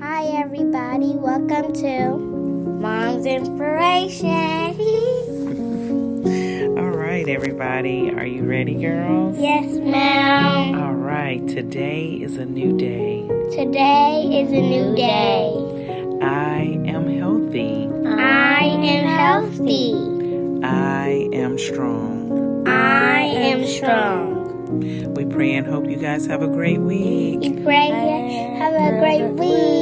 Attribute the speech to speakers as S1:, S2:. S1: Hi, everybody. Welcome to Mom's Inspiration.
S2: All right, everybody. Are you ready, girls?
S1: yes, ma'am.
S2: All right, today is a new day.
S1: Today is a new day.
S2: I am healthy.
S1: I am healthy.
S2: I am strong.
S1: I am strong.
S2: We pray and hope you guys have a great week.
S1: We pray. you Have a great week.